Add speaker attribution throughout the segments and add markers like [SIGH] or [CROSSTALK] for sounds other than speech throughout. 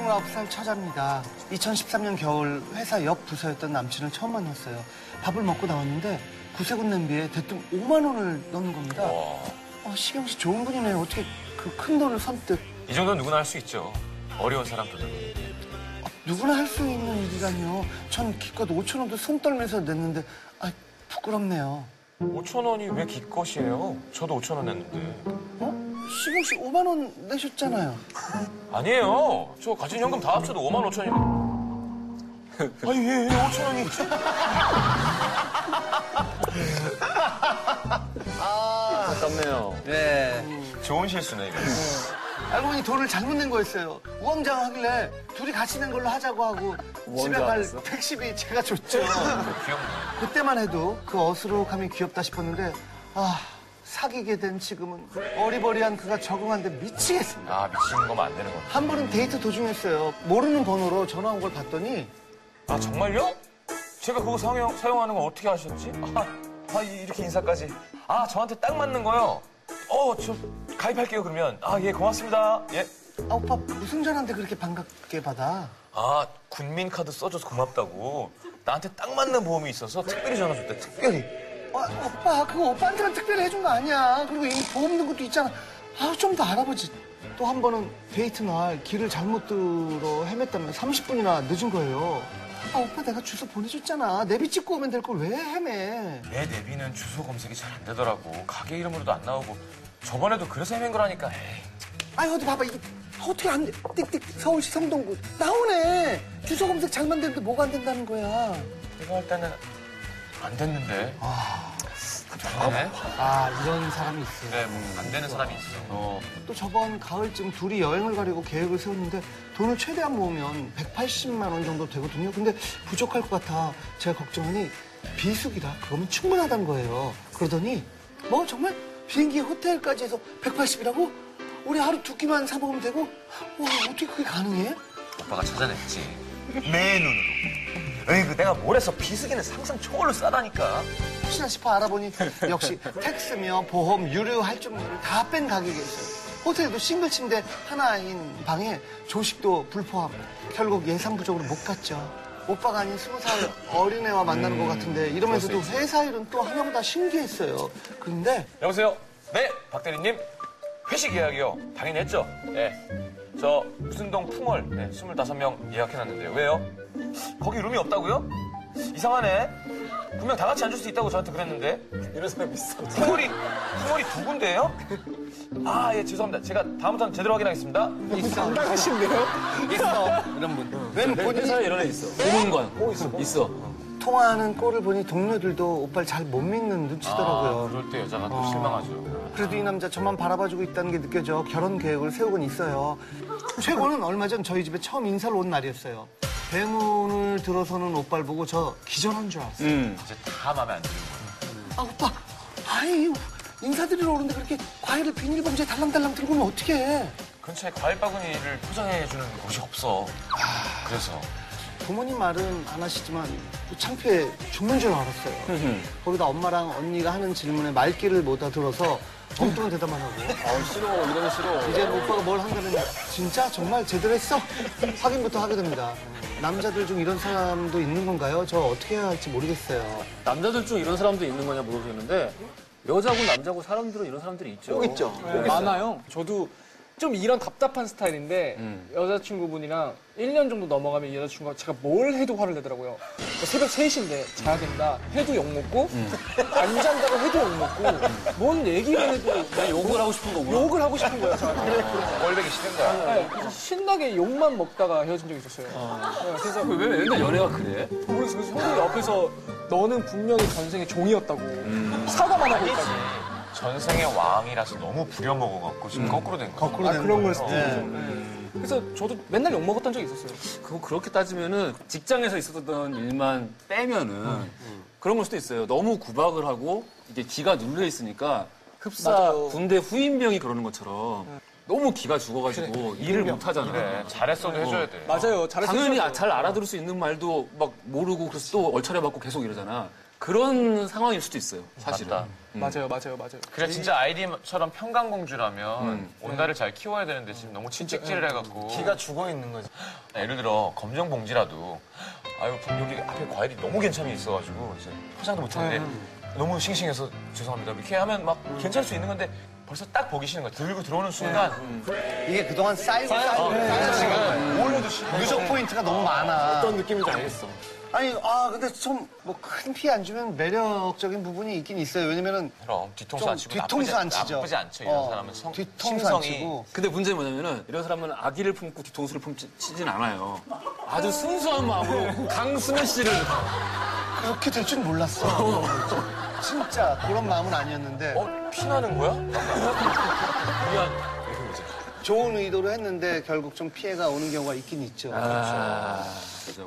Speaker 1: 29살 처자입니다. 2013년 겨울 회사 옆 부서였던 남친을 처음 만났어요. 밥을 먹고 나왔는데 구세군 냄비에 대뜸 5만 원을 넣는 겁니다. 어, 시경 씨 좋은 분이네요. 어떻게 그 큰 돈을 선뜻
Speaker 2: 이 정도는 누구나 할 수 있죠. 어려운 사람들도.
Speaker 1: 누구나 할 수 있는 일이라뇨. 전 기껏 5천 원도 손 떨면서 냈는데 아 부끄럽네요.
Speaker 2: 5천 원이 왜 기껏이에요? 저도 5천 원 냈는데.
Speaker 1: 어? 시경 씨 5만 원 내셨잖아요.
Speaker 2: 아니에요. 저 가진 현금 다 합쳐도 5만 5천이네. 아니, 왜, 왜 5천 원이. 아, 아깝네요.
Speaker 1: 네.
Speaker 2: 좋은 실수네, 이거.
Speaker 1: 알고 보니 돈을 잘못 낸 거였어요. 우왕좌왕하길래 둘이 같이 낸 걸로 하자고 하고 집에 갈 택시비 제가 줬죠.
Speaker 2: 귀엽네.
Speaker 1: 그때만 해도 그 어스룩함이 귀엽다 싶었는데 아 사귀게 된 지금은 어리버리한 그가 적응하는데 미치겠습니다.
Speaker 2: 아, 미치는 거면 안 되는 거네.
Speaker 1: 한 번은 데이트 도중이었어요. 모르는 번호로 전화 온 걸 봤더니
Speaker 2: 아, 정말요? 제가 그거 사용, 사용하는 거 어떻게 아셨지? 아, 아, 이- 이렇게 인사까지. 아, 저한테 딱 맞는 거요. 어, 저 가입할게요, 그러면. 아, 예, 고맙습니다. 예.
Speaker 1: 아 오빠 무슨 전화인데 그렇게 반갑게 받아?
Speaker 2: 아, 군민카드 써줘서 고맙다고. 나한테 딱 맞는 보험이 있어서 특별히 전화 줬대, 특별히.
Speaker 1: 아, 오빠 그거 오빠한테만 특별히 해준 거 아니야. 그리고 이 보험 넣은 것도 있잖아. 아좀 더 알아보지. 또 한 번은 데이트 날 길을 잘못 들어 헤맸다면 30분이나 늦은 거예요. 아 오빠 내가 주소 보내줬잖아. 내비 찍고 오면 될 걸 왜 헤매?
Speaker 2: 내 내비는 주소 검색이 잘 안 되더라고. 가게 이름으로도 안 나오고. 저번에도 그래서 헤맨 거라니까. 에이,
Speaker 1: 아니 어디 봐봐 이게 어떻게 안 돼? 띡띡 서울시 성동구 나오네. 주소 검색 잘만 되는데 뭐가 안 된다는 거야.
Speaker 2: 내가 할 때는 안 됐는데. 아, 안 되네.
Speaker 1: 아 이런 사람이 있어.
Speaker 2: 그래, 뭐, 안 되는 사람이 있어. 어.
Speaker 1: 또 저번 가을쯤 둘이 여행을 가려고 계획을 세웠는데 돈을 최대한 모으면 180만 원 정도 되거든요. 근데 부족할 것 같아 제가 걱정하니 비수기라 그거면 충분하다는 거예요. 그러더니 뭐 정말 비행기 호텔까지 해서 180이라고? 우리 하루 두 끼만 사 먹으면 되고? 와 어떻게 그게 가능해?
Speaker 2: 오빠가 찾아냈지. 내 눈으로. 에이, 그 내가 뭘 해서 비수기는 상상 초월로 싸다니까.
Speaker 1: 혹시나 싶어 알아보니 역시 택스며 보험, 유료 할증비를 다 뺀 가격이었어요. 호텔도 싱글 침대 하나인 방에 조식도 불포함. 결국 예상 부족으로 못 갔죠. 오빠가 아닌 스무 살 어린애와 만나는 것 같은데 이러면서도 회사 일은 또 하나보다 신기했어요. 그런데
Speaker 2: 여보세요? 네, 박 대리님. 회식 예약이요. 당연히 했죠. 네. 저 무슨동 풍월 네, 25명 예약해놨는데요. 왜요? 거기 룸이 없다고요? 이상하네. 분명 다 같이 앉을 수 있다고 저한테 그랬는데. 이런 사람 있어. 풍월이, 풍월이 두 군데예요? 아, 예, 죄송합니다. 제가 다음부터는 제대로 확인하겠습니다.
Speaker 1: 있어. 당당하신데요? 있어. 이런 분. 웬
Speaker 2: 네.
Speaker 1: 본인
Speaker 3: 회사에 이런 애 있어. 보문관. 있어. 있어.
Speaker 1: 통화하는 꼴을 보니 동료들도 오빠를 잘 못 믿는 눈치더라고요.
Speaker 2: 아, 그럴 때 여자가 또 실망하죠.
Speaker 1: 그래도 이 남자 저만 바라봐주고 있다는 게 느껴져 결혼 계획을 세우곤 있어요. 최고는 얼마 전 저희 집에 처음 인사를 온 날이었어요. 대문을 들어서는 오빠를 보고 저 기절한 줄 알았어요.
Speaker 2: 이제 다 마음에 안 드는 거예요.
Speaker 1: 아 오빠, 아이 인사드리러 오는데 그렇게 과일을 비닐봉지에 달랑달랑 들고 오면 어떡해.
Speaker 2: 근처에 과일 바구니를 포장해주는 곳이 없어. 그래서.
Speaker 1: 부모님 말은 안 하시지만 또 창피해 죽는 줄 알았어요. 거기다 엄마랑 언니가 하는 질문에 말귀를 못 알아들어서 엉뚱한 대답만 하고.
Speaker 3: 아, 싫어. 이러면 싫어.
Speaker 1: 이제 뭐 오빠가 뭘 한다면 진짜 정말 제대로 했어? 확인부터 하게 됩니다. 남자들 중 이런 사람도 있는 건가요? 저 어떻게 해야 할지 모르겠어요.
Speaker 3: 남자들 중 이런 사람도 있는 거냐 물어보셨는데 여자고 남자고 사람들은 이런 사람들이 있죠.
Speaker 4: 어,
Speaker 1: 꼭 있죠.
Speaker 5: 많아요. 저도 좀 이런 답답한 스타일인데
Speaker 2: 음.
Speaker 5: 여자친구분이랑 1년 정도 넘어가면 이 여자친구가 제가 뭘 해도 화를 내더라고요. 그러니까 새벽 3시인데 자야 된다. 해도 욕먹고
Speaker 3: 음.
Speaker 5: 안 잔다고 해도 욕먹고 뭔 얘기를 해도
Speaker 3: 욕을 하고 싶은 거구나.
Speaker 5: 욕을 하고 싶은 거예요. 저한테.
Speaker 2: 꼴배기 싫은 거야.
Speaker 5: 네, 그래서 신나게 욕만 먹다가 헤어진 적이 있었어요. 네, 그래서
Speaker 3: 아. 왜 맨날 연애가 그래?
Speaker 5: 모르겠어요. 그래서 형들이 옆에서 너는 분명히 전생에 종이었다고
Speaker 3: 음.
Speaker 5: 사과만 하고 있다고.
Speaker 2: 전생의 왕이라서 너무 부려먹어갖고 지금 거꾸로 된 거야.
Speaker 1: 거꾸로 아, 그런 걸 수도
Speaker 4: 네.
Speaker 5: 그래서 저도 맨날 욕먹었던 적이 있었어요.
Speaker 3: 그거 그렇게 따지면은 직장에서 있었던 일만 빼면은
Speaker 2: 음,
Speaker 3: 그런 걸 수도 있어요. 너무 구박을 하고 이게 기가 눌려 있으니까 흡사 군대 후임병이 그러는 것처럼 너무 기가 죽어가지고 일을 못 하잖아.
Speaker 2: 음. 그래, 네, 잘했어도 해줘야 돼.
Speaker 5: 맞아요. 잘했어요.
Speaker 3: 당연히 아- 잘 알아들을 수 있는 말도 막 모르고 그래서 또 얼차려 받고 계속 이러잖아. 그런 상황일 수도 있어요. 사실은.
Speaker 2: 맞다.
Speaker 5: 맞아요, 맞아요, 맞아요.
Speaker 2: 그래 진짜 아이디처럼 평강공주라면 온다를 잘 키워야 되는데 지금 너무 친찍질을 해갖고 아,
Speaker 4: 기가 죽어 있는 거지.
Speaker 2: 예를 들어 검정 봉지라도 아유 여기 앞에 과일이 너무 괜찮이 있어가지고 이제 포장도 못했는데 너무 싱싱해서 죄송합니다 이렇게 하면 막 괜찮을 수 있는 건데 벌써 딱 보기 싫은 거야 들고 들어오는 순간
Speaker 1: 이게 그동안 쌓이고 쌓이고 쌓이고 지금 올려도 싫어. 누적 포인트가 너무 많아.
Speaker 4: 어떤 느낌인지 알겠어.
Speaker 1: 아니, 아, 근데 좀 뭐 큰 피 안 주면 매력적인 부분이 있긴 있어요. 왜냐면은
Speaker 2: 그럼 뒤통수
Speaker 1: 좀
Speaker 2: 안 치고
Speaker 1: 뒤통수
Speaker 2: 나쁘지,
Speaker 1: 안 치죠.
Speaker 2: 나쁘지 않죠 이런
Speaker 1: 어,
Speaker 2: 사람은 성,
Speaker 1: 뒤통수 안
Speaker 2: 심성이
Speaker 1: 치고.
Speaker 3: 근데 문제는 뭐냐면은 이런 사람은 아기를 품고 뒤통수를 품지진 않아요. 아주 순수한 마음으로 강승현 씨를
Speaker 1: 그렇게 될 줄 몰랐어. 진짜 그런 마음은 아니었는데
Speaker 2: 어? 피나는 거야? 미안 이렇게 보자
Speaker 1: 좋은 의도로 했는데 결국 좀 피해가 오는 경우가 있긴 있죠.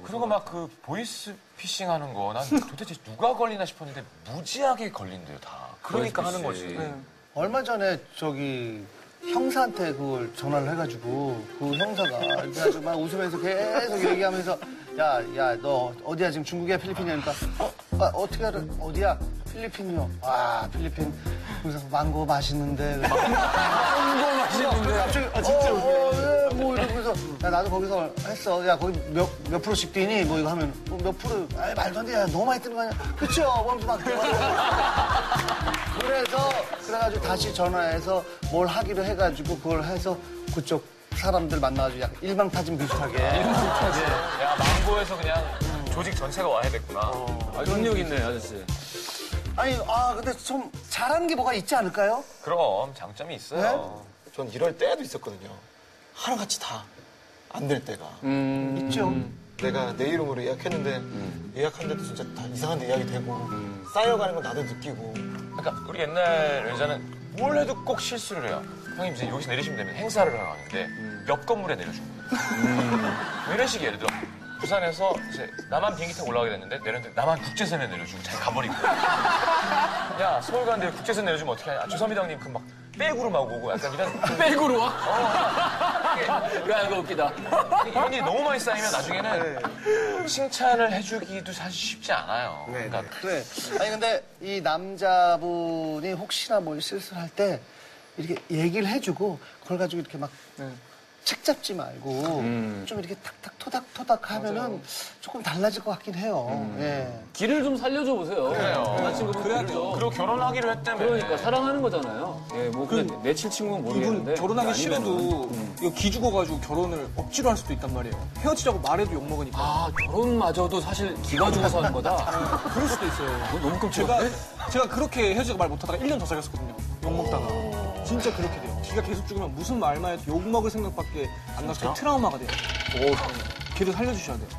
Speaker 2: 그리고 막 그 보이스 피싱 하는 거 난 도대체 누가 걸리나 싶었는데 무지하게 걸린대요 다 그러니까 하는 거지
Speaker 3: 예.
Speaker 5: 네.
Speaker 1: 얼마 전에 저기 형사한테 그걸 전화를 해가지고 그 형사가 이렇게 아주 막 웃으면서 계속 얘기하면서 야 야 너 어디야 지금 중국이야 필리핀이니까 어 아, 어떻게 알아 어디야 필리핀이요 아 필리핀 그래서 망고 맛있는데
Speaker 3: 한번 하시는데
Speaker 1: 갑자기 아 진짜 어, 어, 예, 뭐 이러면서 야 나도 거기서 했어 야 거기 몇, 몇 프로씩 뛰니 뭐 이거 하면 어, 몇 프로 아 말도 안돼야 너무 많이 뛰는 거 아니야 그쵸 뭐 하면서 막 그래서 그래가지고 다시 전화해서 뭘 하기로 해가지고 그걸 해서 그쪽 사람들 만나가지고 약 일망타진 비슷하게
Speaker 2: 네. 야 망고에서 그냥 조직 전체가 와야 됐구나
Speaker 1: 어.
Speaker 3: 아, 능력 있네 아저씨.
Speaker 1: 아니 아 근데 좀 잘하는 게 뭐가 있지 않을까요?
Speaker 2: 그럼 장점이
Speaker 1: 네?
Speaker 2: 있어요
Speaker 4: 전 이럴 때도 있었거든요. 하루같이 다 안 될 때가.
Speaker 1: 있죠
Speaker 4: 내가 내 이름으로 예약했는데 예약한데도 진짜 다 이상한 데 예약이 되고 쌓여가는 건 나도 느끼고
Speaker 2: 그러니까 우리 옛날 여자는 뭘 해도 꼭 실수를 해요 형님 이제 여기서 내리시면 됩니다 행사를 하러 가는데
Speaker 3: 음.
Speaker 2: 옆 건물에 내려준 거예요 뭐 이런 식이 예를 들어 부산에서 이제 남한 비행기 타고 올라가게 됐는데 내렸는데 남한 국제선에 내려주고 잘 가버린 거야 야 서울 가는데 국제선 내려주면 어떻게 하냐 아, 죄송합니다 형님 그 막 백으로 막 오고 약간
Speaker 3: [LAUGHS]
Speaker 2: 이런 어.
Speaker 3: 백으로 와? 야 이거 웃기다.
Speaker 2: 이런 일이 너무 많이 쌓이면
Speaker 3: 네.
Speaker 2: 나중에는 칭찬을 해주기도 사실 쉽지 않아요. 그러니까
Speaker 1: 네. 아니 근데 이 남자분이 혹시나 뭘 쓸쓸할 때 이렇게 얘기를 해주고 그걸 가지고 이렇게 막 책잡지 말고 좀 이렇게 탁탁 토닥토닥 하면은 조금 달라질 것 같긴 해요. 예.
Speaker 3: 길을 좀 살려줘 보세요. 남자친구분 그래야죠.
Speaker 2: 그리고 결혼하기로 했다며.
Speaker 3: 그러니까 사랑하는 거잖아요. 예, 뭐 그냥 내칠 친구는 모르겠는데.
Speaker 5: 이분 결혼하기
Speaker 3: 아니면은.
Speaker 5: 싫어도 이거 기죽어가지고 결혼을 억지로 할 수도 있단 말이에요. 헤어지자고 말해도 욕먹으니까.
Speaker 3: [LAUGHS] 아 결혼마저도 사실 기가 죽어서 하는 거다.
Speaker 5: 그럴 수도 있어요.
Speaker 3: 너무
Speaker 5: 아. 제가,
Speaker 3: 끔찍한데?
Speaker 5: 제가 그렇게 헤어지자고 말 못하다가 1년 더 사귀었거든요. 욕먹다가. 진짜 그렇게 돼요. 기가 계속 죽으면 무슨 말만 해도 욕먹을 생각밖에 안 나서 트라우마가 돼요. 네. 걔를 살려주셔야 돼요.